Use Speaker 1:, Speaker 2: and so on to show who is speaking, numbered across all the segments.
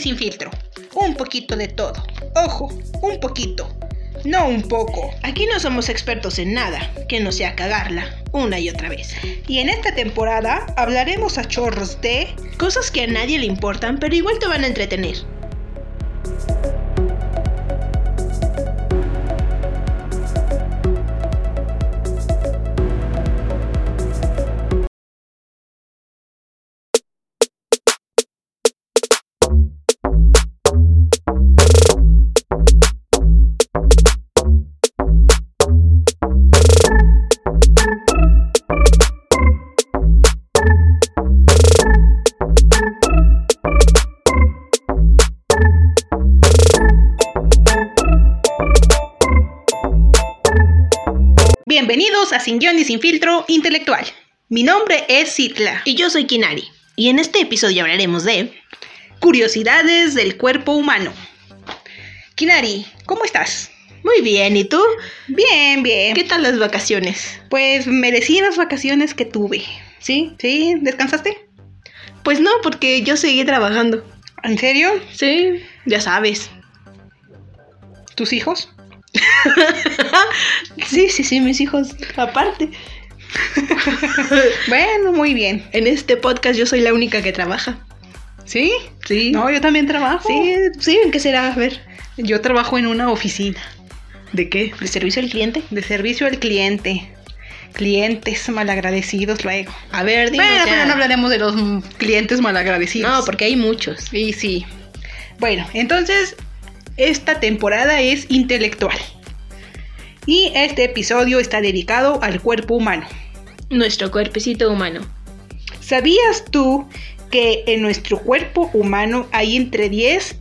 Speaker 1: sin filtro. Un poquito de todo. Ojo, un poquito. No un poco. Aquí no somos expertos en nada que no sea cagarla una y otra vez. Y en esta temporada hablaremos a chorros de cosas que a nadie le importan, pero igual te van a entretener. Bienvenidos a Sin Guión y Sin Filtro Intelectual. Mi nombre es Citla. Y yo soy Kinari. Y en este episodio hablaremos de Curiosidades del cuerpo humano. Kinari, ¿cómo estás?
Speaker 2: Muy bien, ¿y tú?
Speaker 1: Bien, bien.
Speaker 2: ¿Qué tal las vacaciones?
Speaker 1: Pues merecí las vacaciones que tuve.
Speaker 2: ¿Sí?
Speaker 1: ¿Sí? ¿Descansaste?
Speaker 2: Pues no, porque yo seguí trabajando.
Speaker 1: ¿En serio?
Speaker 2: Sí, ya sabes.
Speaker 1: ¿Tus hijos?
Speaker 2: Sí, sí, sí, mis hijos. Aparte,
Speaker 1: Bueno, muy bien.
Speaker 2: en este podcast yo soy la única que trabaja.
Speaker 1: ¿Sí?
Speaker 2: Sí.
Speaker 1: No, yo también trabajo.
Speaker 2: Sí, sí, ¿en qué será? A ver.
Speaker 1: Yo trabajo en una oficina
Speaker 2: ¿De qué? ¿De servicio al cliente?
Speaker 1: de servicio al cliente. Clientes malagradecidos luego.
Speaker 2: A ver, dime.
Speaker 1: Bueno, pero no hablaremos de los mm, clientes malagradecidos.
Speaker 2: No, porque hay muchos.
Speaker 1: Y sí. Bueno, entonces, esta temporada es intelectual. Y este episodio está dedicado al cuerpo humano.
Speaker 2: Nuestro cuerpecito humano.
Speaker 1: ¿Sabías tú que en nuestro cuerpo humano hay entre 10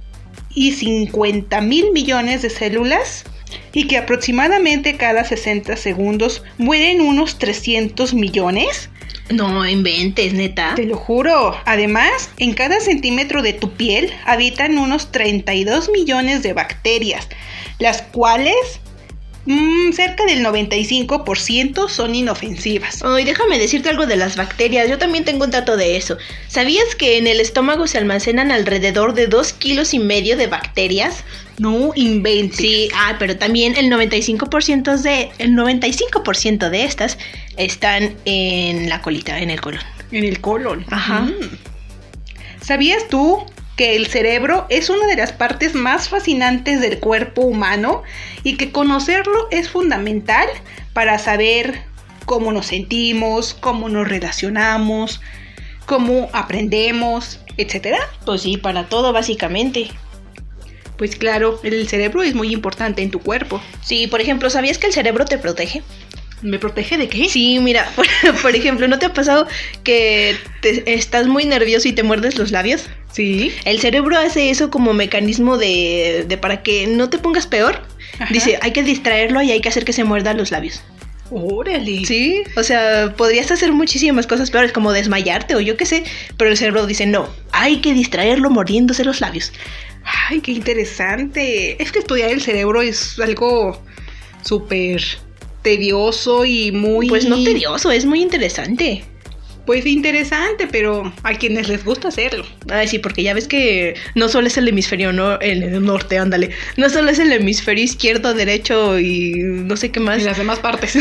Speaker 1: y 50 mil millones de células? Y que aproximadamente cada 60 segundos mueren unos 300 millones?
Speaker 2: No inventes, neta.
Speaker 1: Te lo juro. Además, en cada centímetro de tu piel habitan unos 32 millones de bacterias, las cuales mm, cerca del 95% son inofensivas.
Speaker 2: Ay, déjame decirte algo de las bacterias. Yo también tengo un dato de eso. ¿Sabías que en el estómago se almacenan alrededor de 2 kilos y medio de bacterias?
Speaker 1: No inventes.
Speaker 2: Sí, ah, pero también el 95% de, el 95% de estas están en la colita, en el colon.
Speaker 1: En el colon.
Speaker 2: Ajá.
Speaker 1: Mm. ¿Sabías tú que el cerebro es una de las partes más fascinantes del cuerpo humano y que conocerlo es fundamental para saber cómo nos sentimos, cómo nos relacionamos, cómo aprendemos, etcétera?
Speaker 2: Pues sí, para todo básicamente.
Speaker 1: Pues claro, el cerebro es muy importante en tu cuerpo.
Speaker 2: Sí, por ejemplo, ¿sabías que el cerebro te protege?
Speaker 1: ¿Me protege de qué?
Speaker 2: Sí, mira, por, por ejemplo, ¿no te ha pasado que te- estás muy nervioso y te muerdes los labios?
Speaker 1: Sí.
Speaker 2: El cerebro hace eso como mecanismo de, de para que no te pongas peor.
Speaker 1: Ajá.
Speaker 2: Dice, hay que distraerlo y hay que hacer que se muerda los labios.
Speaker 1: Órale.
Speaker 2: Sí, o sea, podrías hacer muchísimas cosas peores, como desmayarte o yo qué sé, pero el cerebro dice, no, hay que distraerlo mordiéndose los labios.
Speaker 1: Ay, qué interesante. Es que estudiar el cerebro es algo súper tedioso y muy...
Speaker 2: Pues no tedioso, es muy interesante.
Speaker 1: Pues interesante, pero a quienes les gusta hacerlo.
Speaker 2: Ay, sí, porque ya ves que no solo es el hemisferio no, el norte, ándale. No solo es el hemisferio izquierdo, derecho y no sé qué más.
Speaker 1: En las demás partes.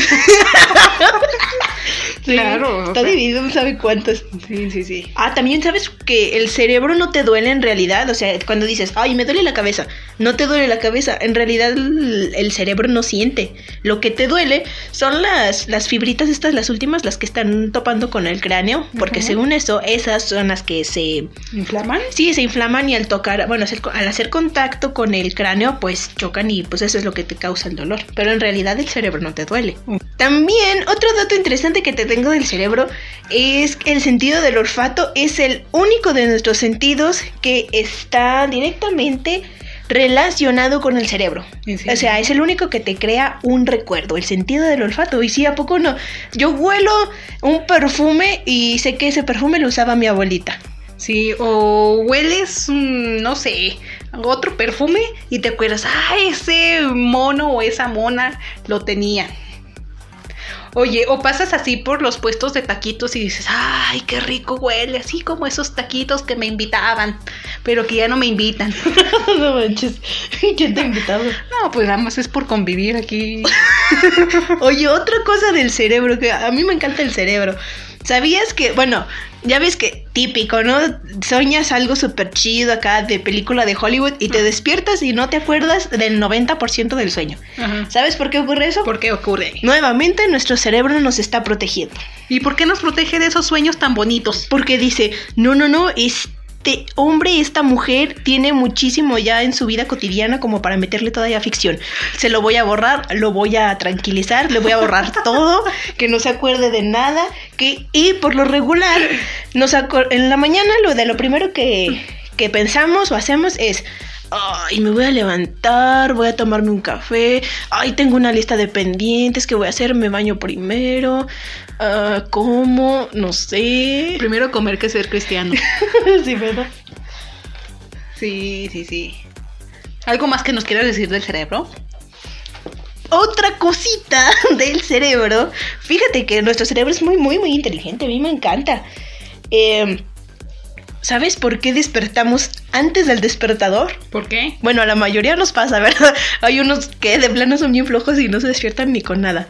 Speaker 2: Sí,
Speaker 1: claro,
Speaker 2: Está
Speaker 1: o sea.
Speaker 2: dividido, no sabe cuántos.
Speaker 1: sí, sí, sí.
Speaker 2: Ah, también sabes que el cerebro no te duele en realidad. O sea, cuando dices, ay, me duele la cabeza, no te duele la cabeza. En realidad el, el cerebro no siente. Lo que te duele son las, las fibritas estas, las últimas, las que están topando con el cráneo. Porque
Speaker 1: Ujú.
Speaker 2: según eso, esas son las que se...
Speaker 1: ¿Inflaman?
Speaker 2: Sí, se inflaman y al tocar, bueno, hacer- al hacer contacto con el cráneo, pues chocan y pues eso es lo que te causa el dolor. Pero en realidad el cerebro no te duele.
Speaker 1: Mm.
Speaker 2: También, otro dato interesante que te tengo del cerebro es que el sentido del olfato es el único de nuestros sentidos que está directamente relacionado con el cerebro.
Speaker 1: ¿En serio?
Speaker 2: O sea, es el único que te crea un recuerdo, el sentido del olfato. Y sí, ¿a poco no? Yo huelo un perfume y sé que ese perfume lo usaba mi abuelita.
Speaker 1: Sí, o hueles, mm, no sé, otro perfume y te acuerdas, ah, ese mono o esa mona lo tenía. Oye, o pasas así por los puestos de taquitos y dices, ay, qué rico huele, así como esos taquitos que me invitaban, pero que ya no me invitan.
Speaker 2: no manches. ¿Quién te ha invitado?
Speaker 1: No, pues nada más es por convivir aquí.
Speaker 2: Oye, otra cosa del cerebro, que a mí me encanta el cerebro. ¿Sabías que, bueno, ya ves que típico, ¿no? Soñas algo súper chido acá de película de Hollywood y te despiertas y no te acuerdas del 90% del sueño.
Speaker 1: Ajá.
Speaker 2: ¿Sabes por qué ocurre eso?
Speaker 1: ¿Por qué ocurre?
Speaker 2: Nuevamente nuestro cerebro nos está protegiendo.
Speaker 1: ¿Y por qué nos protege de esos sueños tan bonitos?
Speaker 2: Porque dice, no, no, no, este hombre, esta mujer tiene muchísimo ya en su vida cotidiana como para meterle todavía ficción. Se lo voy a borrar, lo voy a tranquilizar, le voy a borrar todo, que no se acuerde de nada, que y por lo regular nos acor- en la mañana lo de lo primero que que pensamos o hacemos es Ay, me voy a levantar, voy a tomarme un café. Ay, tengo una lista de pendientes que voy a hacer. Me baño primero. Ah, ¿Cómo? No sé.
Speaker 1: Primero comer que ser cristiano.
Speaker 2: sí, ¿verdad?
Speaker 1: Sí, sí, sí. ¿Algo más que nos quieras decir del cerebro?
Speaker 2: Otra cosita del cerebro. Fíjate que nuestro cerebro es muy, muy, muy inteligente. A mí me encanta. Em, ¿Sabes por qué despertamos antes del despertador?
Speaker 1: ¿Por qué?
Speaker 2: Bueno, a la mayoría nos pasa, ¿verdad? Hay unos que de plano son bien flojos y no se despiertan ni con nada.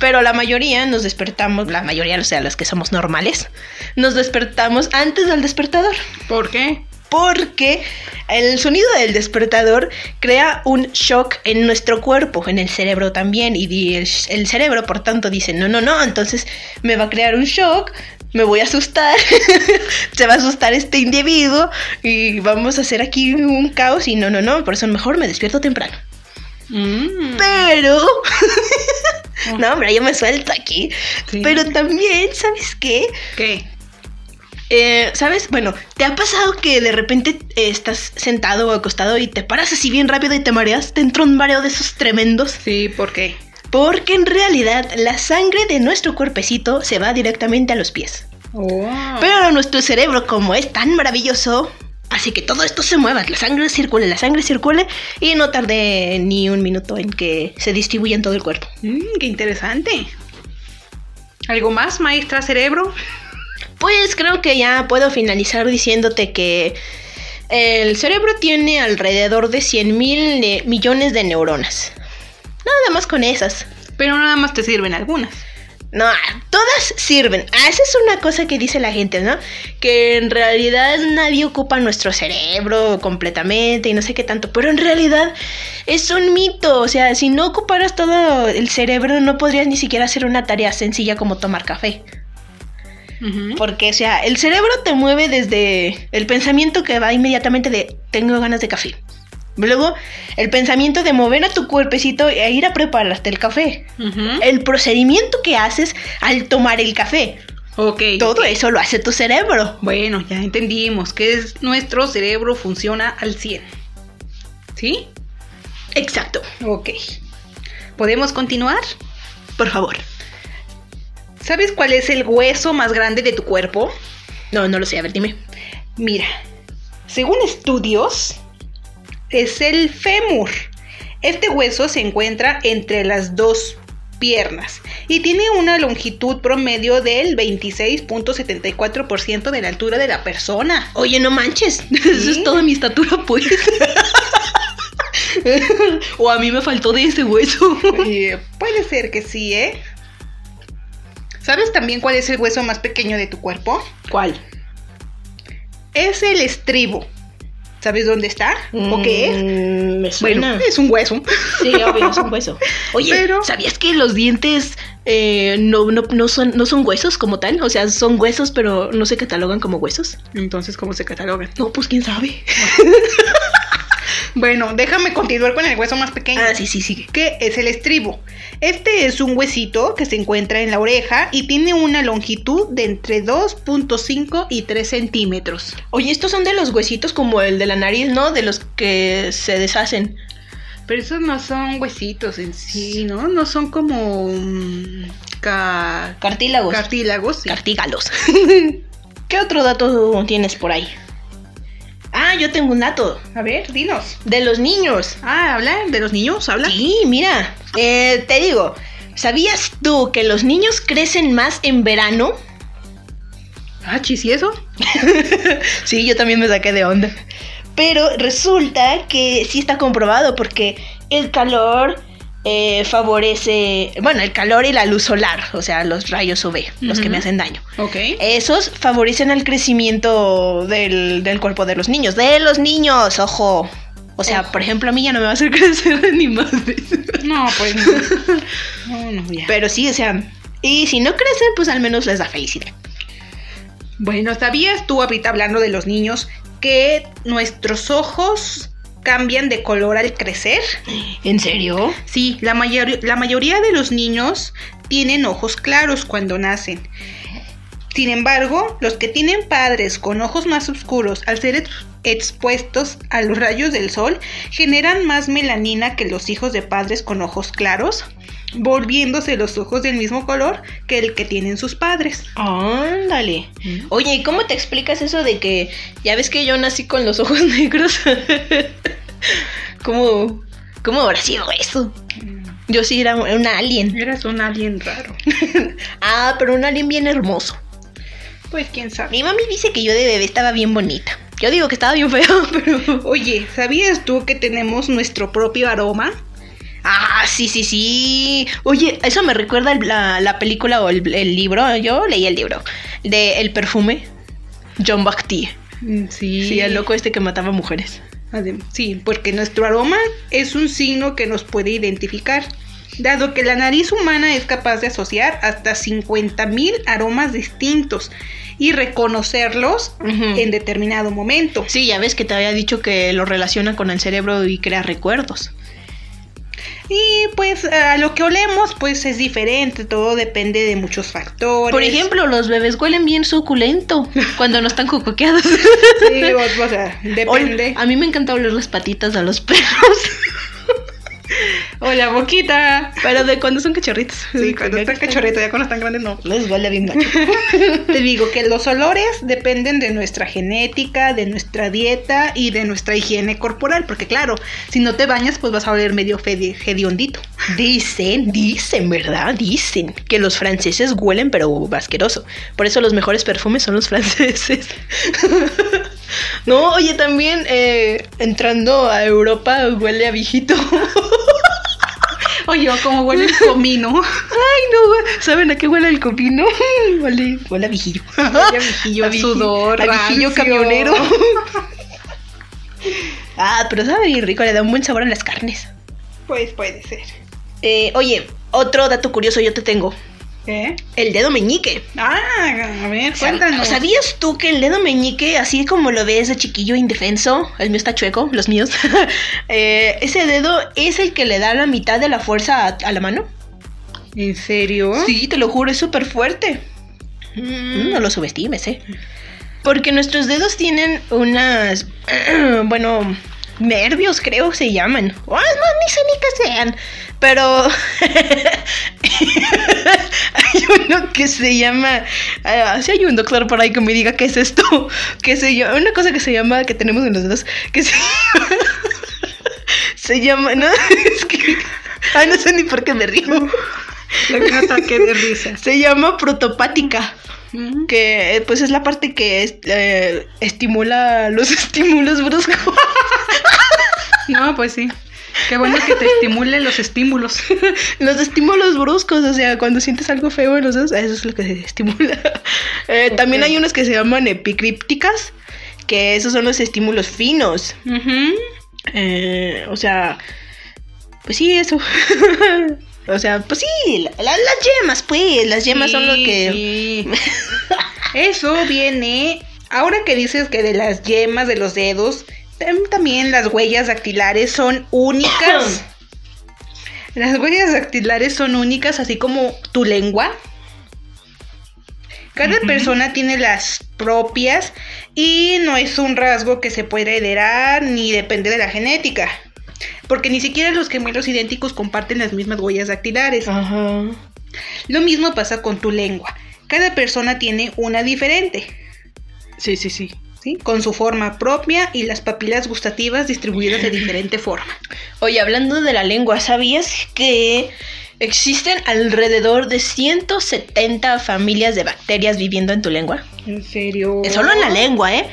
Speaker 2: Pero la mayoría nos despertamos, la mayoría, o sea, las que somos normales, nos despertamos antes del despertador.
Speaker 1: ¿Por qué?
Speaker 2: Porque el sonido del despertador crea un shock en nuestro cuerpo, en el cerebro también. Y di- el, el cerebro, por tanto, dice, no, no, no, entonces me va a crear un shock, me voy a asustar, se va a asustar este individuo y vamos a hacer aquí un caos y no, no, no, por eso mejor me despierto temprano.
Speaker 1: Mm.
Speaker 2: Pero... no, hombre, yo me suelto aquí.
Speaker 1: Sí.
Speaker 2: Pero también, ¿sabes qué?
Speaker 1: ¿Qué?
Speaker 2: Eh, ¿Sabes? Bueno, ¿te ha pasado que de repente eh, estás sentado o acostado y te paras así bien rápido y te mareas? Te entra un mareo de esos tremendos.
Speaker 1: Sí, ¿por qué?
Speaker 2: Porque en realidad la sangre de nuestro cuerpecito se va directamente a los pies.
Speaker 1: Oh. Ah.
Speaker 2: Pero nuestro cerebro, como es tan maravilloso, hace que todo esto se mueva, la sangre circule, la sangre circule y no tarde ni un minuto en que se distribuya en todo el cuerpo.
Speaker 1: Mm, qué interesante. ¿Algo más, maestra cerebro?
Speaker 2: Pues creo que ya puedo finalizar diciéndote que el cerebro tiene alrededor de 100 mil millones de neuronas. Nada más con esas.
Speaker 1: Pero nada más te sirven algunas.
Speaker 2: No, todas sirven. Ah, esa es una cosa que dice la gente, ¿no? Que en realidad nadie ocupa nuestro cerebro completamente y no sé qué tanto. Pero en realidad es un mito. O sea, si no ocuparas todo el cerebro, no podrías ni siquiera hacer una tarea sencilla como tomar café.
Speaker 1: Ujú.
Speaker 2: Porque, o sea, el cerebro te mueve desde el pensamiento que va inmediatamente de tengo ganas de café. Luego, el pensamiento de mover a tu cuerpecito e ir a prepararte el café.
Speaker 1: Ujú.
Speaker 2: El procedimiento que haces al tomar el café.
Speaker 1: Ok.
Speaker 2: Todo eso lo hace tu cerebro.
Speaker 1: Bueno, ya entendimos que es nuestro cerebro funciona al 100. ¿Sí?
Speaker 2: Exacto.
Speaker 1: Ok. ¿Podemos continuar?
Speaker 2: Por favor.
Speaker 1: ¿Sabes cuál es el hueso más grande de tu cuerpo?
Speaker 2: No, no lo sé. A ver, dime.
Speaker 1: Mira, según estudios, es el fémur. Este hueso se encuentra entre las dos piernas y tiene una longitud promedio del 26.74% de la altura de la persona.
Speaker 2: Oye, no manches. Eso es toda mi estatura, pues. o a mí me faltó de ese hueso.
Speaker 1: Eh, puede ser que sí, ¿eh? ¿Sabes también cuál es el hueso más pequeño de tu cuerpo?
Speaker 2: ¿Cuál?
Speaker 1: Es el estribo. ¿Sabes dónde está? ¿O qué es?
Speaker 2: Me
Speaker 1: Bueno, es un hueso.
Speaker 2: Sí, obvio, es un hueso. Oye,
Speaker 1: Pero-
Speaker 2: ¿sabías que los dientes eh, no, no, no son, no son huesos como tal? O sea, son huesos, pero no se catalogan como huesos.
Speaker 1: Entonces, ¿cómo se catalogan?
Speaker 2: No, pues quién sabe.
Speaker 1: Bueno, déjame continuar con el hueso más pequeño.
Speaker 2: Ah, sí, sí, sigue.
Speaker 1: que es el estribo. Este es un huesito que se encuentra en la oreja y tiene una longitud de entre 2.5 y 3 centímetros.
Speaker 2: Oye, estos son de los huesitos como el de la nariz, ¿no? De los que se deshacen.
Speaker 1: Pero esos no son huesitos en sí, ¿no? No son como mm, ca-
Speaker 2: Cartílagos.
Speaker 1: cartílagos. sí.
Speaker 2: Cartígalos. ¿Qué otro dato tienes por ahí? Ah, yo tengo un dato.
Speaker 1: A ver, dinos.
Speaker 2: De los niños.
Speaker 1: Ah, habla de los niños, habla.
Speaker 2: Sí, mira, eh, te digo, ¿Sabías tú que los niños crecen más en verano?
Speaker 1: Ah, chis, ¿y eso?
Speaker 2: Sí, yo también me saqué de onda. Pero resulta que sí está comprobado porque el calor eh, favorece, bueno, el calor y la luz solar, o sea, los rayos UV, los que
Speaker 1: Ujú.
Speaker 2: me hacen daño.
Speaker 1: Ok.
Speaker 2: Esos favorecen el crecimiento del, del cuerpo de los niños. De los niños, ojo. O sea,
Speaker 1: Ojo.
Speaker 2: por ejemplo, a mí ya no me va a hacer crecer ni más.
Speaker 1: No, pues no. No, no, ya.
Speaker 2: Pero sí, o sea, y si no crecen, pues al menos les da felicidad.
Speaker 1: Bueno, ¿sabías tú ahorita hablando de los niños que nuestros ojos cambian de color al crecer?
Speaker 2: ¿En serio?
Speaker 1: Sí, la, mayor- la mayoría de los niños tienen ojos claros cuando nacen. Sin embargo, los que tienen padres con ojos más oscuros, al ser ex- expuestos a los rayos del sol, generan más melanina que los hijos de padres con ojos claros, volviéndose los ojos del mismo color que el que tienen sus padres.
Speaker 2: Ándale.
Speaker 1: Mm.
Speaker 2: Oye, ¿y cómo te explicas eso de que ya ves que yo nací con los ojos negros? ¿Cómo, ¿Cómo habrá sido eso? Yo sí era una alien.
Speaker 1: Eras un alien raro.
Speaker 2: Ah, pero un alien bien hermoso.
Speaker 1: Pues quién sabe.
Speaker 2: Mi mami dice que yo de bebé estaba bien bonita. Yo digo que estaba bien fea, pero.
Speaker 1: Oye, ¿sabías tú que tenemos nuestro propio aroma?
Speaker 2: Ah, sí, sí, sí. Oye, eso me recuerda el- la, la película o el, el libro. Yo leí el libro. De El perfume. John Bacti.
Speaker 1: Sí,
Speaker 2: Mm, Sí, el loco este que mataba mujeres.
Speaker 1: Adem- Sí, porque nuestro aroma es un signo que nos puede identificar, dado que la nariz humana es capaz de asociar hasta 50.000 aromas distintos y reconocerlos
Speaker 2: Ujú.
Speaker 1: en determinado momento.
Speaker 2: Sí, ya ves que te había dicho que lo relaciona con el cerebro y crea recuerdos.
Speaker 1: Y pues a lo que olemos pues es diferente, todo depende de muchos factores.
Speaker 2: Por ejemplo, los bebés huelen bien suculento cuando no están cocoqueados.
Speaker 1: Sí, o- o sea, depende.
Speaker 2: Ol- A mí me encanta oler las patitas a los perros,
Speaker 1: Hola, boquita.
Speaker 2: pero de cuando son cachorritos.
Speaker 1: Sí, cuando están cachorritos, ya cuando están grandes no.
Speaker 2: Les huele bien gacho.
Speaker 1: Te digo que los olores dependen de nuestra genética, de nuestra dieta y de nuestra higiene corporal, porque claro, si no te bañas, pues vas a oler medio fedi- hediondito.
Speaker 2: Dicen, dicen, ¿verdad? Dicen que los franceses huelen pero asqueroso. Por eso los mejores perfumes son los franceses. no, oye, también eh, entrando a Europa huele a viejito.
Speaker 1: Oye, como huele el comino.
Speaker 2: Ay, no, ¿saben a qué huele el copino? Huele, huele a vigillo.
Speaker 1: Huele a vigillo, a sudor,
Speaker 2: A vigillo
Speaker 1: rancio.
Speaker 2: camionero. ah, pero sabe bien rico, le da un buen sabor a las carnes.
Speaker 1: Pues puede ser.
Speaker 2: Eh, oye, otro dato curioso yo te tengo.
Speaker 1: ¿Eh?
Speaker 2: El dedo meñique.
Speaker 1: Ah, a ver, cuéntanos.
Speaker 2: ¿Sabías tú que el dedo meñique, así como lo ves de chiquillo indefenso, el mío está chueco, los míos, eh, ese dedo es el que le da la mitad de la fuerza a, a la mano?
Speaker 1: ¿En serio?
Speaker 2: Sí, te lo juro, es súper fuerte. Mm, No lo subestimes, ¿eh? Porque nuestros dedos tienen unas, bueno, nervios creo que se llaman. O es más, ni sé ni qué sean. Pero hay uno que se llama, ah, sí hay un doctor por ahí que me diga qué es esto, que se llama, una cosa que se llama, que tenemos en los dedos, que se se llama, no, es que, ay, no sé ni por qué me río.
Speaker 1: Le di un ataque de risa.
Speaker 2: Se llama protopática
Speaker 1: Mm.
Speaker 2: que eh, pues es la parte que est- eh, estimula los estímulos bruscos.
Speaker 1: No, pues sí. Qué bueno que te estimule los estímulos.
Speaker 2: los estímulos bruscos, o sea, cuando sientes algo feo en los dedos, eso es lo que se estimula. Eh,
Speaker 1: Ok.
Speaker 2: También hay unos que se llaman epicrípticas, que esos son los estímulos finos.
Speaker 1: Ujú.
Speaker 2: Eh, o sea, pues sí, eso. o sea, pues sí, la- la- las yemas, pues, las yemas son lo
Speaker 1: Sí,
Speaker 2: que...
Speaker 1: sí. Eso viene. Ahora que dices que de las yemas de los dedos, tam- también las huellas dactilares son únicas. las huellas dactilares son únicas, así como tu lengua. Cada persona tiene las propias y no es un rasgo que se pueda heredar ni depende de la genética. Porque ni siquiera los gemelos idénticos comparten las mismas huellas dactilares.
Speaker 2: Ajá.
Speaker 1: Lo mismo pasa con tu lengua. Cada persona tiene una diferente,
Speaker 2: Sí, sí, sí.
Speaker 1: ¿sí? Con su forma propia y las papilas gustativas distribuidas de diferente forma.
Speaker 2: Oye, hablando de la lengua, ¿sabías que Existen alrededor de 170 familias de bacterias viviendo en tu lengua.
Speaker 1: En serio.
Speaker 2: Es Solo en la lengua, ¿eh?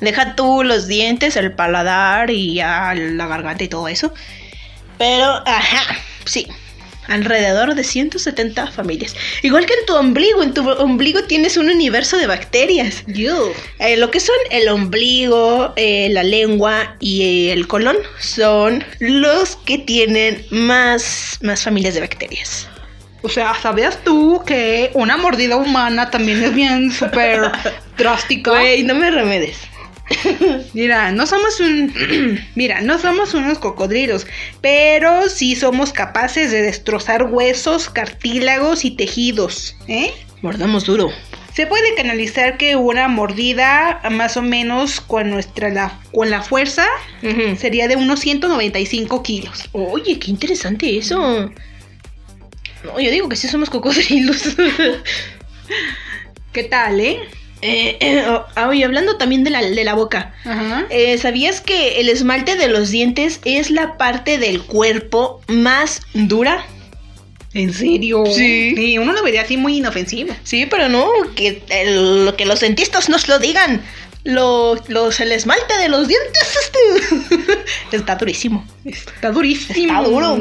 Speaker 2: Deja tú los dientes, el paladar y ya la garganta y todo eso. Pero, ajá, sí. Alrededor de 170 familias. Igual que en tu ombligo. En tu ombligo tienes un universo de bacterias.
Speaker 1: You.
Speaker 2: Eh, lo que son el ombligo, eh, la lengua y eh, el colon son los que tienen más, más familias de bacterias.
Speaker 1: O sea, ¿sabías tú que una mordida humana también es bien súper drástica?
Speaker 2: Güey, no me remedes.
Speaker 1: Mira, no somos un. Mira, no somos unos cocodrilos, pero sí somos capaces de destrozar huesos, cartílagos y tejidos, ¿eh?
Speaker 2: Mordamos duro.
Speaker 1: Se puede canalizar que una mordida, más o menos con nuestra la, con la fuerza, sería de unos 195 kilos.
Speaker 2: Oye, qué interesante eso. No, yo digo que sí somos cocodrilos.
Speaker 1: ¿Qué tal, eh?
Speaker 2: Eh, eh, oh, ah, y hablando también de la, de la boca.
Speaker 1: Ajá.
Speaker 2: Eh, ¿Sabías que el esmalte de los dientes es la parte del cuerpo más dura?
Speaker 1: ¿En serio?
Speaker 2: Sí.
Speaker 1: Sí, uno lo vería así muy inofensivo.
Speaker 2: Sí, pero no, que, el- lo que los dentistas nos lo digan. Lo, los, el esmalte de los dientes este, está durísimo.
Speaker 1: Está durísimo.
Speaker 2: Está duro.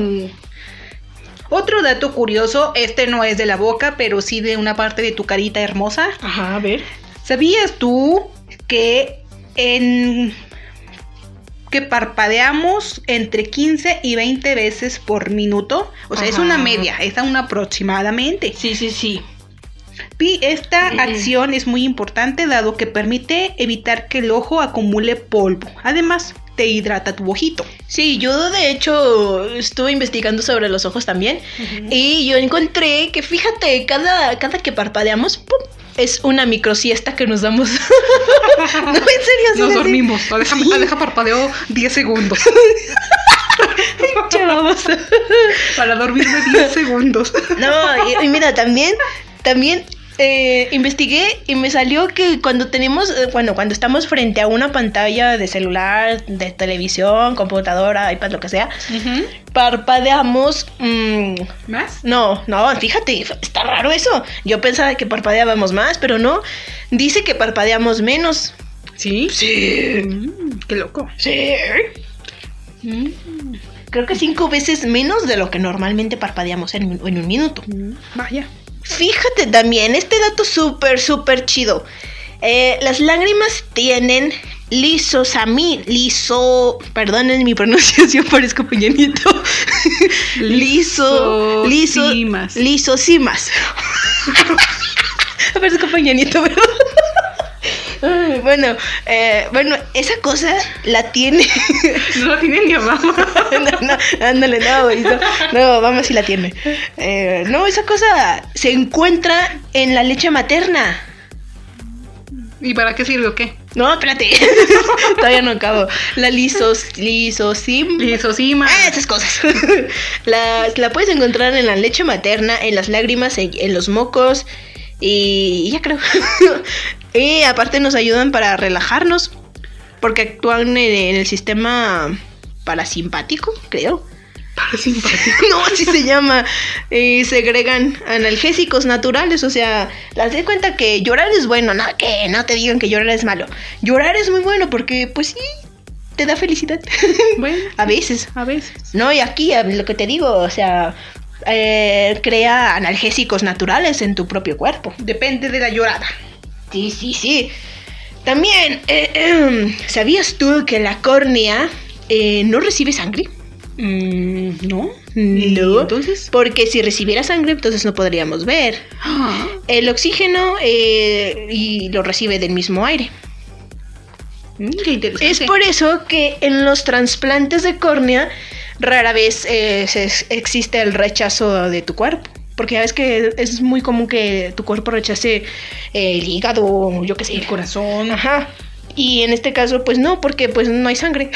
Speaker 1: Otro dato curioso, este no es de la boca, pero sí de una parte de tu carita hermosa.
Speaker 2: Ajá, a ver.
Speaker 1: ¿Sabías tú que en que parpadeamos entre 15 y 20 veces por minuto? O sea, es
Speaker 2: Ajá.
Speaker 1: una media, es una aproximadamente.
Speaker 2: Sí, sí, sí.
Speaker 1: Y esta acción es muy importante dado que permite evitar que el ojo acumule polvo. Además, te hidrata tu ojito.
Speaker 2: Sí, yo de hecho estuve investigando sobre los ojos también
Speaker 1: Ujú.
Speaker 2: y yo encontré que fíjate, cada, cada que parpadeamos, ¡pum! es una microsiesta que nos damos. no, en serio, sí,
Speaker 1: Nos
Speaker 2: sí.
Speaker 1: dormimos. La deja,
Speaker 2: Sí.
Speaker 1: la deja parpadeo 10 segundos.
Speaker 2: Che, vamos.
Speaker 1: Para dormirme 10 segundos.
Speaker 2: No, y, y mira, también, también eh, investigué y me salió que cuando tenemos, eh, bueno, cuando estamos frente a una pantalla de celular, de televisión, computadora, iPad, lo que sea, parpadeamos mm,
Speaker 1: ¿Más?
Speaker 2: No, no, fíjate, está raro eso. Yo pensaba que parpadeábamos más, pero no. Dice que parpadeamos menos.
Speaker 1: Sí.
Speaker 2: Sí.
Speaker 1: Mm, qué loco.
Speaker 2: Sí. Mm. Creo que cinco veces menos de lo que normalmente parpadeamos en un, en un minuto.
Speaker 1: Mm, Vaya.
Speaker 2: Fíjate también, este dato súper, súper chido. Eh, las lágrimas tienen lisosami, liso, perdonen mi pronunciación, parezco Peña Nieto. liso, liso,
Speaker 1: Lisosimas.
Speaker 2: lisosimas. parezco Peña Nieto, pero... Ay, Bueno, eh, bueno, esa cosa la tiene.
Speaker 1: No lo tiene ni abajo.
Speaker 2: no, no, ándale, no, güey, no, no, vamos si la tiene. Eh, no, esa cosa se encuentra en la leche materna.
Speaker 1: ¿Y para qué sirve o qué?
Speaker 2: No, espérate. Todavía no acabo. La lisos, lisosim.
Speaker 1: Lisosimas.
Speaker 2: Ah, esas cosas. la, la puedes encontrar en la leche materna, en las lágrimas, en, en los mocos. Y ya creo. y aparte nos ayudan para relajarnos. Porque actúan en, en el sistema parasimpático, creo.
Speaker 1: Parasimpático.
Speaker 2: No, así se llama. Y segregan analgésicos naturales. O sea, las de cuenta que llorar es bueno, no, que no te digan que llorar es malo. Llorar es muy bueno porque, pues sí, te da felicidad.
Speaker 1: Bueno,
Speaker 2: a veces.
Speaker 1: a veces.
Speaker 2: No, y aquí eh, lo que te digo, o sea, eh, crea analgésicos naturales en tu propio cuerpo.
Speaker 1: Depende de la llorada.
Speaker 2: Sí, sí, sí. También, eh, em, ¿sabías tú que la córnea eh, no recibe sangre?
Speaker 1: Mm, ¿No?
Speaker 2: ¿Y
Speaker 1: Entonces.
Speaker 2: Porque si recibiera sangre, entonces no podríamos ver. El oxígeno eh, y lo recibe del mismo aire.
Speaker 1: Mm, qué interesante.
Speaker 2: Es por eso que en los trasplantes de córnea rara vez eh, se- existe el rechazo de tu cuerpo. Porque ya ves que es muy común que tu cuerpo rechace eh, el hígado o yo qué sé.
Speaker 1: el corazón.
Speaker 2: Ajá. Y en este caso, pues no, porque pues no hay sangre.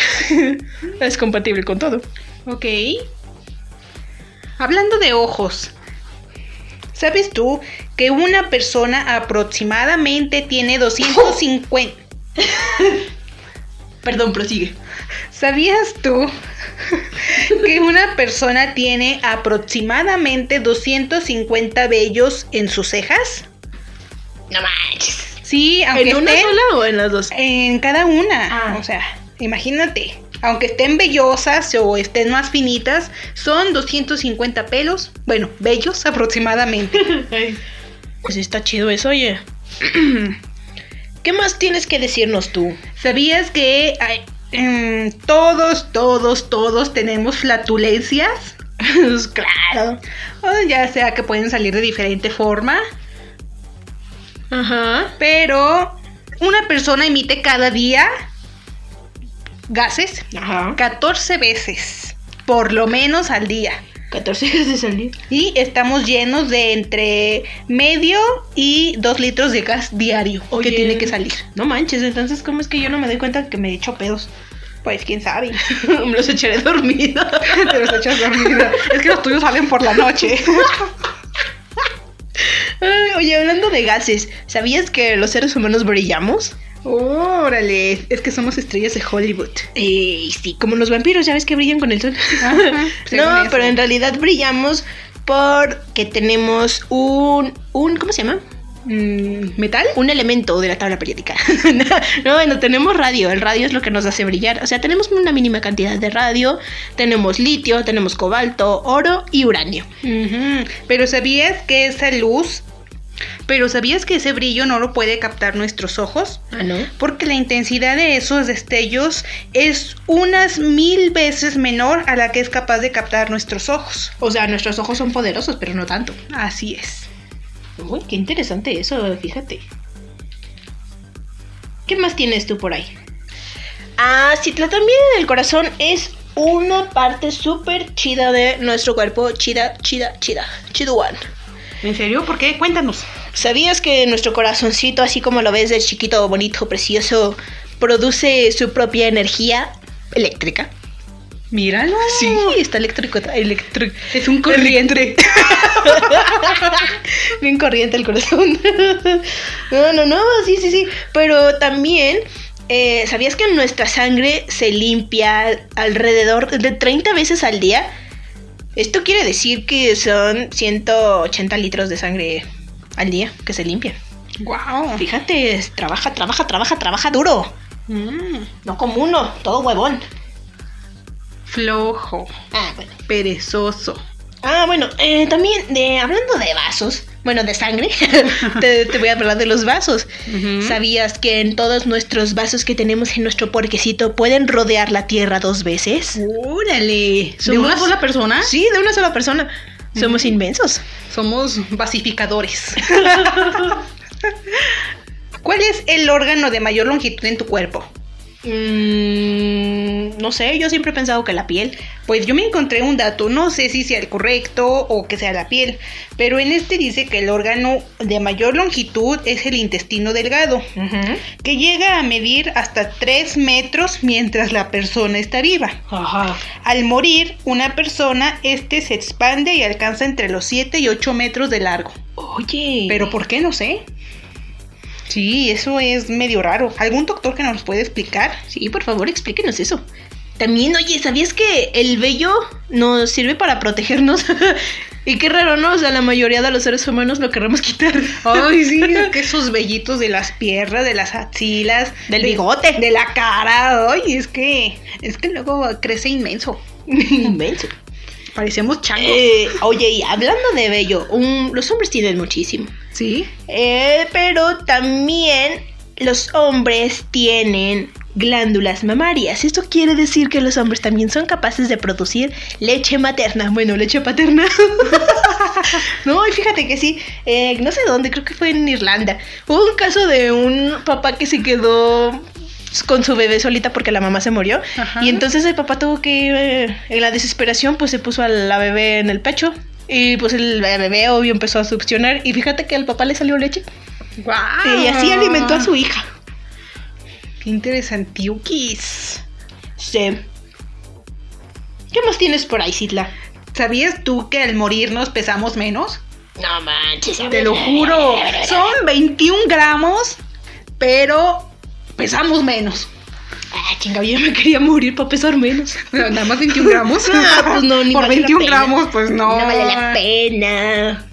Speaker 2: es compatible con todo.
Speaker 1: Ok. Hablando de ojos, ¿sabes tú que una persona aproximadamente tiene 250...
Speaker 2: Perdón, prosigue.
Speaker 1: ¿Sabías tú que una persona tiene aproximadamente 250 vellos en sus cejas.
Speaker 2: No manches.
Speaker 1: Sí, aunque
Speaker 2: ¿En una
Speaker 1: estén
Speaker 2: sola o en las dos?
Speaker 1: en cada una.
Speaker 2: Ah.
Speaker 1: O sea, imagínate. Aunque estén vellosas o estén más finitas, son 250 pelos, bueno, vellos aproximadamente.
Speaker 2: Pues está chido eso, oye. ¿Qué más tienes que decirnos tú?
Speaker 1: ¿Sabías que hay- em, todos, todos, todos tenemos flatulencias?
Speaker 2: Pues claro.
Speaker 1: O ya sea que pueden salir de diferente forma,
Speaker 2: Ajá.
Speaker 1: pero una persona emite cada día gases
Speaker 2: Ajá.
Speaker 1: 14 veces, por lo menos al día.
Speaker 2: 14 horas de salir.
Speaker 1: Y estamos llenos de entre medio y 2 litros de gas diario
Speaker 2: Oye.
Speaker 1: que tiene que salir.
Speaker 2: No manches, entonces, ¿cómo es que yo no me doy cuenta que me he hecho pedos?
Speaker 1: Pues quién sabe.
Speaker 2: me los echaré dormido.
Speaker 1: Te los echas dormida. Es que los tuyos salen por la noche.
Speaker 2: Ay, oye, hablando de gases, ¿sabías que los seres humanos brillamos?
Speaker 1: Órale, es que somos estrellas de Hollywood.
Speaker 2: Eh, sí, como los vampiros, ya ves que brillan con el sol.
Speaker 1: Ajá, según
Speaker 2: no,
Speaker 1: eso.
Speaker 2: pero en realidad brillamos porque tenemos un, un ¿cómo se llama?
Speaker 1: Mm, ¿Metal?
Speaker 2: Un elemento de la tabla periódica. no, bueno, tenemos radio. El radio es lo que nos hace brillar. O sea, tenemos una mínima cantidad de radio. Tenemos litio, tenemos cobalto, oro y uranio.
Speaker 1: Ujú, Pero ¿sabías que esa luz, pero ¿sabías que ese brillo no lo puede captar nuestros ojos?
Speaker 2: Ah, ¿no?
Speaker 1: Porque la intensidad de esos destellos es unas mil veces menor a la que es capaz de captar nuestros ojos.
Speaker 2: O sea, nuestros ojos son poderosos, pero no tanto.
Speaker 1: Así es.
Speaker 2: Uy, qué interesante eso, fíjate. ¿Qué más tienes tú por ahí? Ah, sí, la también del corazón es una parte súper chida de nuestro cuerpo. Chida, chida, chida. Chiduan.
Speaker 1: ¿En serio? ¿Por qué? Cuéntanos.
Speaker 2: ¿Sabías que nuestro corazoncito, así como lo ves de chiquito, bonito, precioso, produce su propia energía eléctrica?
Speaker 1: Míralo.
Speaker 2: Sí, está eléctrico. electro-
Speaker 1: Es un corriente.
Speaker 2: Bien corriente el corazón. No, no, no, sí, sí, sí. Pero también, eh, ¿sabías que nuestra sangre se limpia alrededor de 30 veces al día? Esto quiere decir que son 180 litros de sangre al día que se limpia.
Speaker 1: Wow.
Speaker 2: Fíjate, es- trabaja, trabaja, trabaja, trabaja duro.
Speaker 1: Mm.
Speaker 2: No como uno, todo huevón.
Speaker 1: flojo,
Speaker 2: Ah, bueno.
Speaker 1: perezoso.
Speaker 2: Ah, bueno, eh, también de, hablando de vasos, bueno, de sangre, te, te voy a hablar de los vasos. ¿Sabías que en todos nuestros vasos que tenemos en nuestro porquecito pueden rodear la Tierra dos veces?
Speaker 1: Órale. ¿De
Speaker 2: Somos-
Speaker 1: una sola persona?
Speaker 2: Sí, de una sola persona. Somos inmensos.
Speaker 1: Somos basificadores. ¿Cuál es el órgano de mayor longitud en tu cuerpo?
Speaker 2: Mm, no sé, yo siempre he pensado que la piel.
Speaker 1: Pues yo me encontré un dato, no sé si sea el correcto o que sea la piel, pero en este dice que el órgano de mayor longitud es el intestino delgado, que llega a medir hasta 3 metros mientras la persona está viva.
Speaker 2: Ajá.
Speaker 1: Al morir una persona, este se expande y alcanza entre los 7 y 8 metros de largo.
Speaker 2: Oye.
Speaker 1: Pero ¿por qué? No sé. Sí, eso es medio raro. ¿Algún doctor que nos puede explicar?
Speaker 2: Sí, por favor, explíquenos eso. También, oye, ¿sabías que el vello nos sirve para protegernos? y qué raro, ¿no? O sea, la mayoría de los seres humanos lo queremos quitar.
Speaker 1: Ay, sí, que esos vellitos de las piernas, de las axilas,
Speaker 2: Del
Speaker 1: de-
Speaker 2: bigote.
Speaker 1: de la cara. Ay, es que es que luego crece inmenso.
Speaker 2: Inmenso.
Speaker 1: Parecemos changos.
Speaker 2: Eh, oye, y hablando de vello, un- los hombres tienen muchísimo.
Speaker 1: sí.
Speaker 2: Eh, pero también los hombres tienen glándulas mamarias. Esto quiere decir que los hombres también son capaces de producir leche materna. Bueno, leche paterna. no, y fíjate que sí, eh, no sé dónde, creo que fue en Irlanda. Hubo un caso de un papá que se quedó con su bebé solita porque la mamá se murió.
Speaker 1: Ajá.
Speaker 2: Y entonces el papá tuvo que, eh, en la desesperación, pues se puso a la bebé en el pecho. Y pues el bebé obvio empezó a succionar. Y fíjate que al papá le salió leche.
Speaker 1: Guau.
Speaker 2: Y así alimentó a su hija.
Speaker 1: Qué interesantiukis.
Speaker 2: Sí. ¿Qué más tienes por ahí, Citla?
Speaker 1: ¿Sabías tú que al morir nos pesamos menos?
Speaker 2: No manches,
Speaker 1: Te lo juro. Son 21 gramos, pero pesamos menos.
Speaker 2: Ah, chinga, yo me quería morir para pesar menos.
Speaker 1: Pero Nada más 21 gramos.
Speaker 2: Ah, pues no, ni
Speaker 1: Por
Speaker 2: vale la
Speaker 1: 21
Speaker 2: pena.
Speaker 1: gramos, pues no.
Speaker 2: No vale la pena.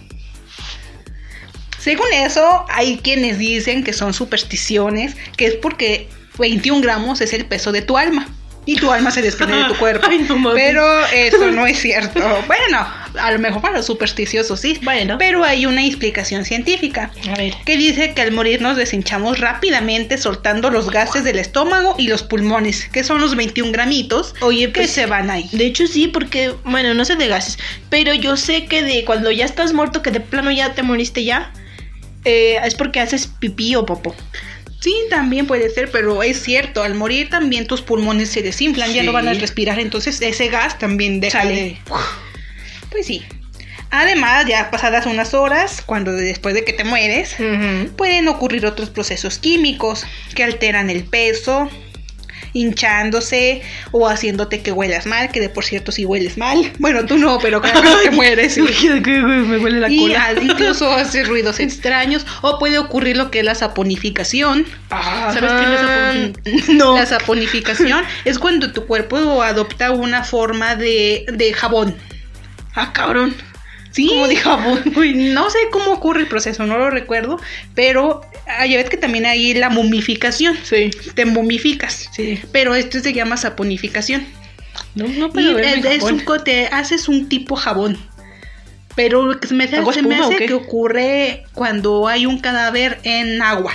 Speaker 1: Según eso, hay quienes dicen que son supersticiones, que es porque 21 gramos es el peso de tu alma. Y tu alma se desprende de tu cuerpo.
Speaker 2: Ay, no mames.
Speaker 1: pero eso no es cierto. Bueno, a lo mejor para los supersticiosos sí.
Speaker 2: Bueno.
Speaker 1: Pero hay una explicación científica
Speaker 2: A ver.
Speaker 1: que dice que al morir nos deshinchamos rápidamente soltando los gases del estómago y los pulmones, que son los 21 gramitos
Speaker 2: Oye,
Speaker 1: que
Speaker 2: pues,
Speaker 1: se van ahí.
Speaker 2: De hecho sí, porque, bueno, no sé de gases, pero yo sé que de cuando ya estás muerto, que de plano ya te moriste ya, eh, es porque haces pipí o popó.
Speaker 1: Sí, también puede ser, pero es cierto, al morir también tus pulmones se desinflan, ya no
Speaker 2: Sí.
Speaker 1: van a respirar, entonces ese gas también deja
Speaker 2: Sale.
Speaker 1: de- Pues sí. Además, ya pasadas unas horas, cuando después de que te mueres, pueden ocurrir otros procesos químicos que alteran el peso, hinchándose o haciéndote que huelas mal, que de por cierto si hueles mal, bueno, tú no, pero cada vez que mueres. sí.
Speaker 2: Me huele la
Speaker 1: Y
Speaker 2: cola.
Speaker 1: al- incluso hace ruidos extraños o puede ocurrir lo que es la saponificación, ¿Sabes qué es la saponificación?
Speaker 2: No.
Speaker 1: La saponificación es cuando tu cuerpo adopta una forma de, de jabón.
Speaker 2: Ah, cabrón.
Speaker 1: ¿Sí? Como de jabón. Uy, No sé cómo ocurre el proceso, no lo recuerdo, pero ah, ya ves que también hay la momificación.
Speaker 2: Sí.
Speaker 1: Te momificas.
Speaker 2: Sí.
Speaker 1: Pero esto se llama saponificación.
Speaker 2: No, no
Speaker 1: Y
Speaker 2: puedo verme
Speaker 1: es-
Speaker 2: en
Speaker 1: es
Speaker 2: Japón.
Speaker 1: un co- te haces un tipo jabón. Pero lo que se me, hace-
Speaker 2: ¿Hago
Speaker 1: se me
Speaker 2: espuma o
Speaker 1: hace
Speaker 2: qué?
Speaker 1: que ocurre cuando hay un cadáver en agua.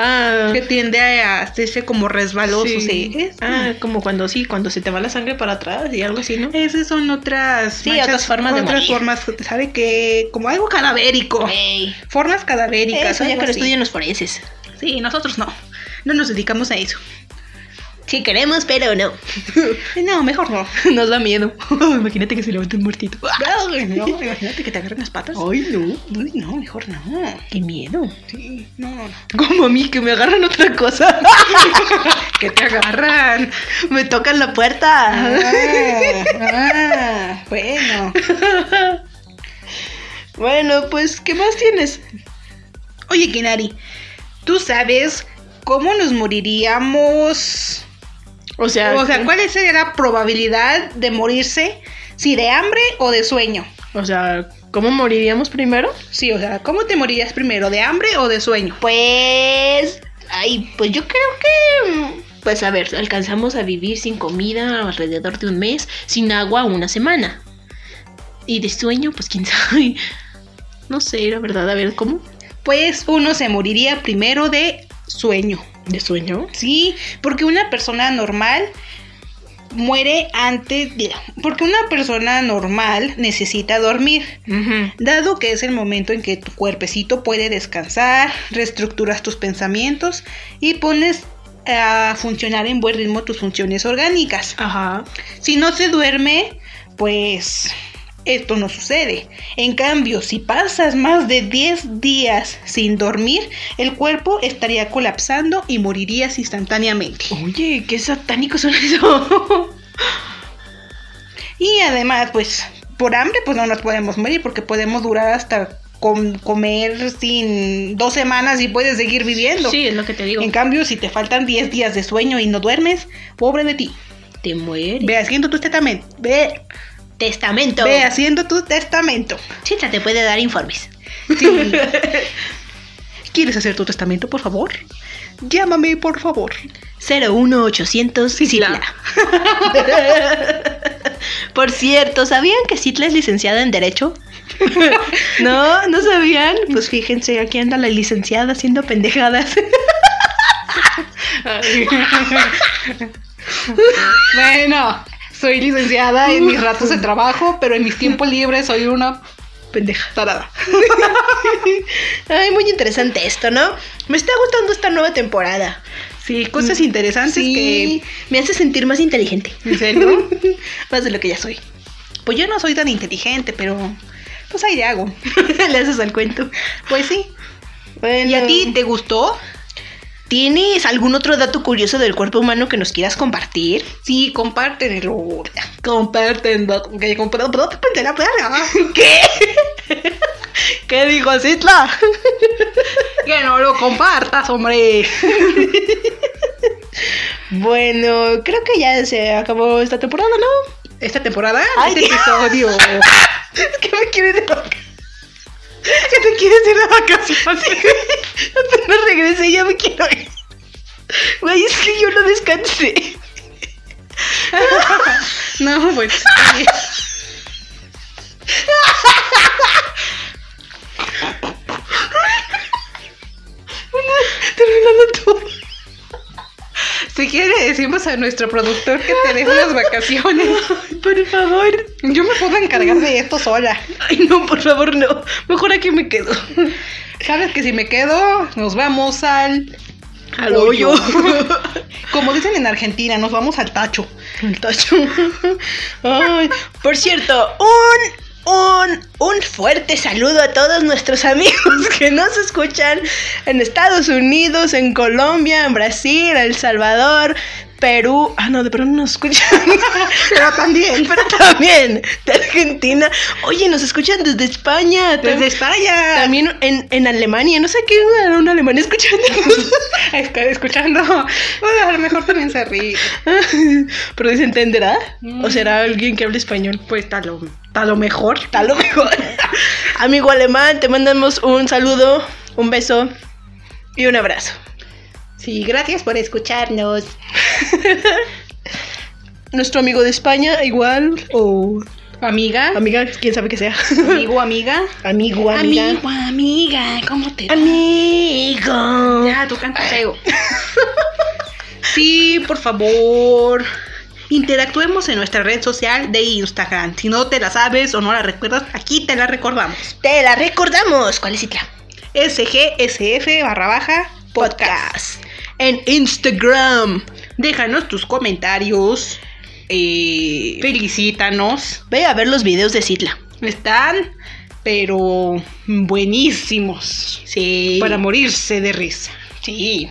Speaker 2: Ah.
Speaker 1: Que tiende a hacerse como resbaloso.
Speaker 2: sí.
Speaker 1: sí. Es-
Speaker 2: Ah, como cuando sí, cuando se te va la sangre para atrás y algo así, ¿no?
Speaker 1: Esas son otras,
Speaker 2: Sí, otras formas de
Speaker 1: otras
Speaker 2: morir.
Speaker 1: formas, ¿sabe que Como algo cadavérico.
Speaker 2: Ey.
Speaker 1: Formas cadavéricas.
Speaker 2: Eso ya
Speaker 1: algo
Speaker 2: que lo
Speaker 1: así.
Speaker 2: estudian los forenses.
Speaker 1: Sí, nosotros no. No nos dedicamos a eso.
Speaker 2: Sí queremos, pero no.
Speaker 1: No, mejor no.
Speaker 2: Nos da miedo. Imagínate que se levante un muertito.
Speaker 1: Ay, no, imagínate que te agarren las patas.
Speaker 2: Ay, no.
Speaker 1: Uy, no, mejor no.
Speaker 2: Qué miedo.
Speaker 1: Sí, no, no, no.
Speaker 2: Como a mí, que me agarran otra cosa.
Speaker 1: Que te agarran.
Speaker 2: me tocan la puerta.
Speaker 1: Ah, ah, bueno.
Speaker 2: bueno, pues, ¿qué más tienes?
Speaker 1: Oye, Kinari, ¿tú sabes cómo nos moriríamos
Speaker 2: O sea,
Speaker 1: O sea, ¿cuál sería la probabilidad de morirse? Si de hambre o de sueño.
Speaker 2: o sea, ¿cómo moriríamos primero?
Speaker 1: Sí, o sea, ¿cómo te morirías primero? ¿De hambre o de sueño?
Speaker 2: Pues, ay, pues yo creo que, mm, pues a ver, alcanzamos a vivir sin comida alrededor de un mes, sin agua una semana. Y de sueño, pues quién sabe. No sé, la verdad, a ver, ¿cómo?
Speaker 1: Pues uno se moriría primero de sueño.
Speaker 2: ¿De sueño?
Speaker 1: Sí, porque una persona normal muere antes de... Porque una persona normal necesita dormir. Dado que es el momento en que tu cuerpecito puede descansar, reestructuras tus pensamientos y pones a funcionar en buen ritmo tus funciones orgánicas.
Speaker 2: Ajá.
Speaker 1: Si no se duerme, pues esto no sucede. En cambio, si pasas más de 10 días sin dormir, el cuerpo estaría colapsando y morirías instantáneamente.
Speaker 2: Oye, qué satánico son eso.
Speaker 1: Y además, pues por hambre, pues no nos podemos morir porque podemos durar hasta com- comer sin dos semanas y puedes seguir viviendo.
Speaker 2: Sí, es lo que te digo.
Speaker 1: En cambio, si te faltan 10 días de sueño y no duermes, pobre de ti.
Speaker 2: Te mueres.
Speaker 1: Ve haciendo tu testamento. Ve,
Speaker 2: Testamento.
Speaker 1: ve haciendo tu testamento.
Speaker 2: Chita te puede dar informes.
Speaker 1: Sí. ¿Quieres hacer tu testamento, por favor? Llámame, por favor.
Speaker 2: 01800 Citla. Por cierto, ¿sabían que Citla es licenciada en Derecho? no, no sabían. Pues fíjense, aquí anda la licenciada haciendo pendejadas.
Speaker 1: Bueno, soy licenciada en mis ratos de trabajo, pero en mis tiempos libres soy una pendeja tarada.
Speaker 2: Ay, muy interesante esto, ¿no? Me está gustando esta nueva temporada.
Speaker 1: Sí, cosas interesantes
Speaker 2: Sí, me hace sentir más inteligente.
Speaker 1: que... ¿En serio?
Speaker 2: Más de lo que ya soy.
Speaker 1: Pues yo no soy tan inteligente, pero... Pues ahí le hago.
Speaker 2: Le haces al cuento.
Speaker 1: Pues sí.
Speaker 2: Bueno.
Speaker 1: ¿Y a ti te gustó?
Speaker 2: ¿Tienes algún otro dato curioso del cuerpo humano que nos quieras compartir?
Speaker 1: Sí, compártenlo. gorda. Compártenlo. Que compártenlo. la perra.
Speaker 2: ¿Qué? ¿Qué dijo Citla?
Speaker 1: Que no lo compartas, hombre.
Speaker 2: Bueno, creo que ya se acabó esta temporada, ¿no?
Speaker 1: Esta temporada,
Speaker 2: Ay,
Speaker 1: este
Speaker 2: Dios.
Speaker 1: episodio.
Speaker 2: Es que me quiero ir de vacaciones.
Speaker 1: ¿Qué te quieres ir de vacaciones?
Speaker 2: Apenas regresé, ya me quiero ir. Güey, es que yo no descansé.
Speaker 1: No, pues. sí.
Speaker 2: Terminando tú.
Speaker 1: Si quiere, le decimos a nuestro productor que te deje unas vacaciones.
Speaker 2: Por favor.
Speaker 1: Yo me puedo encargar de esto sola.
Speaker 2: Ay, no, por favor, no. Mejor aquí me quedo.
Speaker 1: Sabes que si me quedo, nos vamos al.
Speaker 2: Al hoyo.
Speaker 1: Como dicen en Argentina, nos vamos al tacho.
Speaker 2: El tacho. Ay, por cierto, un, un, un fuerte saludo a todos nuestros amigos que nos escuchan en Estados Unidos, en Colombia, en Brasil, El Salvador, Perú. Ah, no, de Perú no nos escuchan.
Speaker 1: Pero también.
Speaker 2: Pero también de Argentina. Oye, nos escuchan desde España.
Speaker 1: Desde
Speaker 2: Tam-
Speaker 1: España.
Speaker 2: También en, en Alemania. No sé qué era un alemán escuchando.
Speaker 1: Está escuchando. Bueno, a lo mejor también se ríe.
Speaker 2: Pero se entenderá. O
Speaker 1: Mm.
Speaker 2: será alguien que hable español.
Speaker 1: Pues tal lo, ta lo mejor.
Speaker 2: A lo mejor. Amigo alemán, te mandamos un saludo, un beso y un abrazo.
Speaker 1: Sí, gracias por escucharnos.
Speaker 2: Nuestro amigo de España, igual, o
Speaker 1: Amiga.
Speaker 2: amiga, quién sabe que sea.
Speaker 1: Amigo, amiga.
Speaker 2: Amigo, amiga.
Speaker 1: Amigo, Ah, amiga. ¿Cómo te
Speaker 2: Amigo.
Speaker 1: Ya, tú canta feo. Sí, por favor. Interactuemos en nuestra red social de Instagram. Si no te la sabes o no la recuerdas, aquí te la recordamos.
Speaker 2: Te la recordamos. ¿Cuál es Itla?
Speaker 1: SGSF barra baja podcast.
Speaker 2: Podcast. En Instagram.
Speaker 1: Déjanos tus comentarios. eh, felicítanos.
Speaker 2: Ve a ver los videos de Citla.
Speaker 1: Están, pero buenísimos.
Speaker 2: Sí.
Speaker 1: Para morirse de risa.
Speaker 2: Sí.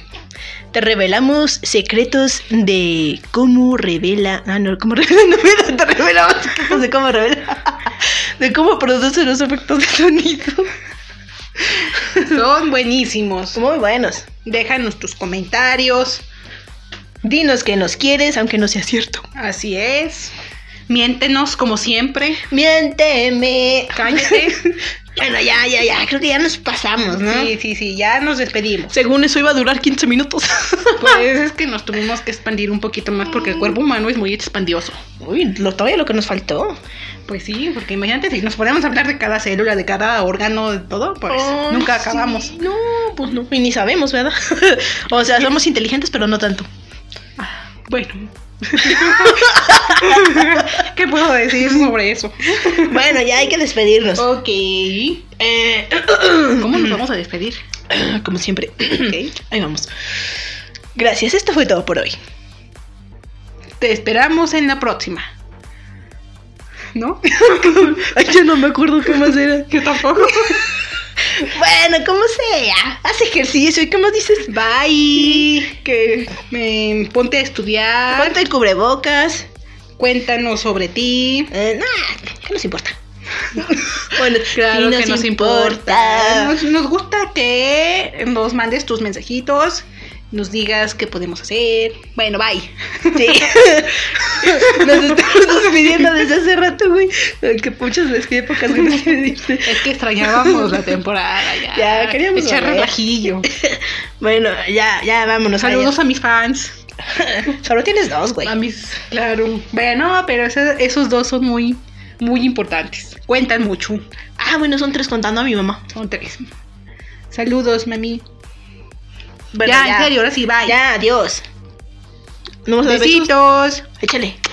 Speaker 2: Te revelamos secretos de cómo revela. Ah, no, cómo revela. No, mira, te revelamos secretos de cómo revela. De cómo produce los efectos de sonido.
Speaker 1: Son buenísimos.
Speaker 2: Muy buenos.
Speaker 1: Déjanos tus comentarios.
Speaker 2: Dinos que nos quieres, aunque no sea cierto.
Speaker 1: Así es. Miéntenos como siempre.
Speaker 2: Miénteme.
Speaker 1: Cállate.
Speaker 2: Bueno, ya, ya, ya. Creo que ya nos pasamos, ¿no?
Speaker 1: Sí, sí, sí, ya nos despedimos.
Speaker 2: Según eso iba a durar 15 minutos.
Speaker 1: Pues es que nos tuvimos que expandir un poquito más porque el cuerpo humano es muy expandioso.
Speaker 2: Uy, lo, todavía lo que nos faltó.
Speaker 1: Pues sí, porque imagínate si nos ponemos a hablar de cada célula, de cada órgano, de todo, pues
Speaker 2: Ay,
Speaker 1: nunca
Speaker 2: sí.
Speaker 1: acabamos.
Speaker 2: No, pues no. Y ni sabemos, ¿verdad? o sea, somos inteligentes, pero no tanto.
Speaker 1: Bueno. ¿Qué puedo decir sobre eso?
Speaker 2: Bueno, ya hay que despedirnos.
Speaker 1: Ok.
Speaker 2: Eh,
Speaker 1: ¿Cómo nos vamos a despedir?
Speaker 2: como siempre.
Speaker 1: Ok.
Speaker 2: Ahí vamos. Gracias, esto fue todo por hoy.
Speaker 1: Te esperamos en la próxima. ¿No?
Speaker 2: Ay, yo no me acuerdo qué más era.
Speaker 1: Yo tampoco.
Speaker 2: Bueno, como sea. Haz ejercicio y qué más dices. Bye.
Speaker 1: que eh, ponte a estudiar.
Speaker 2: Ponte el cubrebocas.
Speaker 1: Cuéntanos sobre ti.
Speaker 2: Eh, nah, ¿qué nos importa? bueno, sí
Speaker 1: Nos, nos gusta que nos mandes tus mensajitos, nos digas qué podemos hacer. Bueno, bye.
Speaker 2: Sí. Nos estamos despidiendo desde hace rato, güey. Ay, Que muchas despide, pocas veces despedirse.
Speaker 1: Es que extrañábamos la temporada ya.
Speaker 2: Ya, queríamos
Speaker 1: echar
Speaker 2: volver.
Speaker 1: relajillo.
Speaker 2: Bueno, ya, ya, vámonos.
Speaker 1: Saludos
Speaker 2: adiós.
Speaker 1: a mis fans.
Speaker 2: Solo tienes dos, güey.
Speaker 1: A mis, claro. Bueno, pero ese- esos dos son muy, muy importantes. Cuentan mucho.
Speaker 2: Ah, bueno, son tres contando a mi mamá.
Speaker 1: Son tres. Saludos, mami.
Speaker 2: Bueno,
Speaker 1: ya, en serio, ahora sí, bye.
Speaker 2: Ya, adiós. No vamos a dar besos.
Speaker 1: Besitos.
Speaker 2: Échale.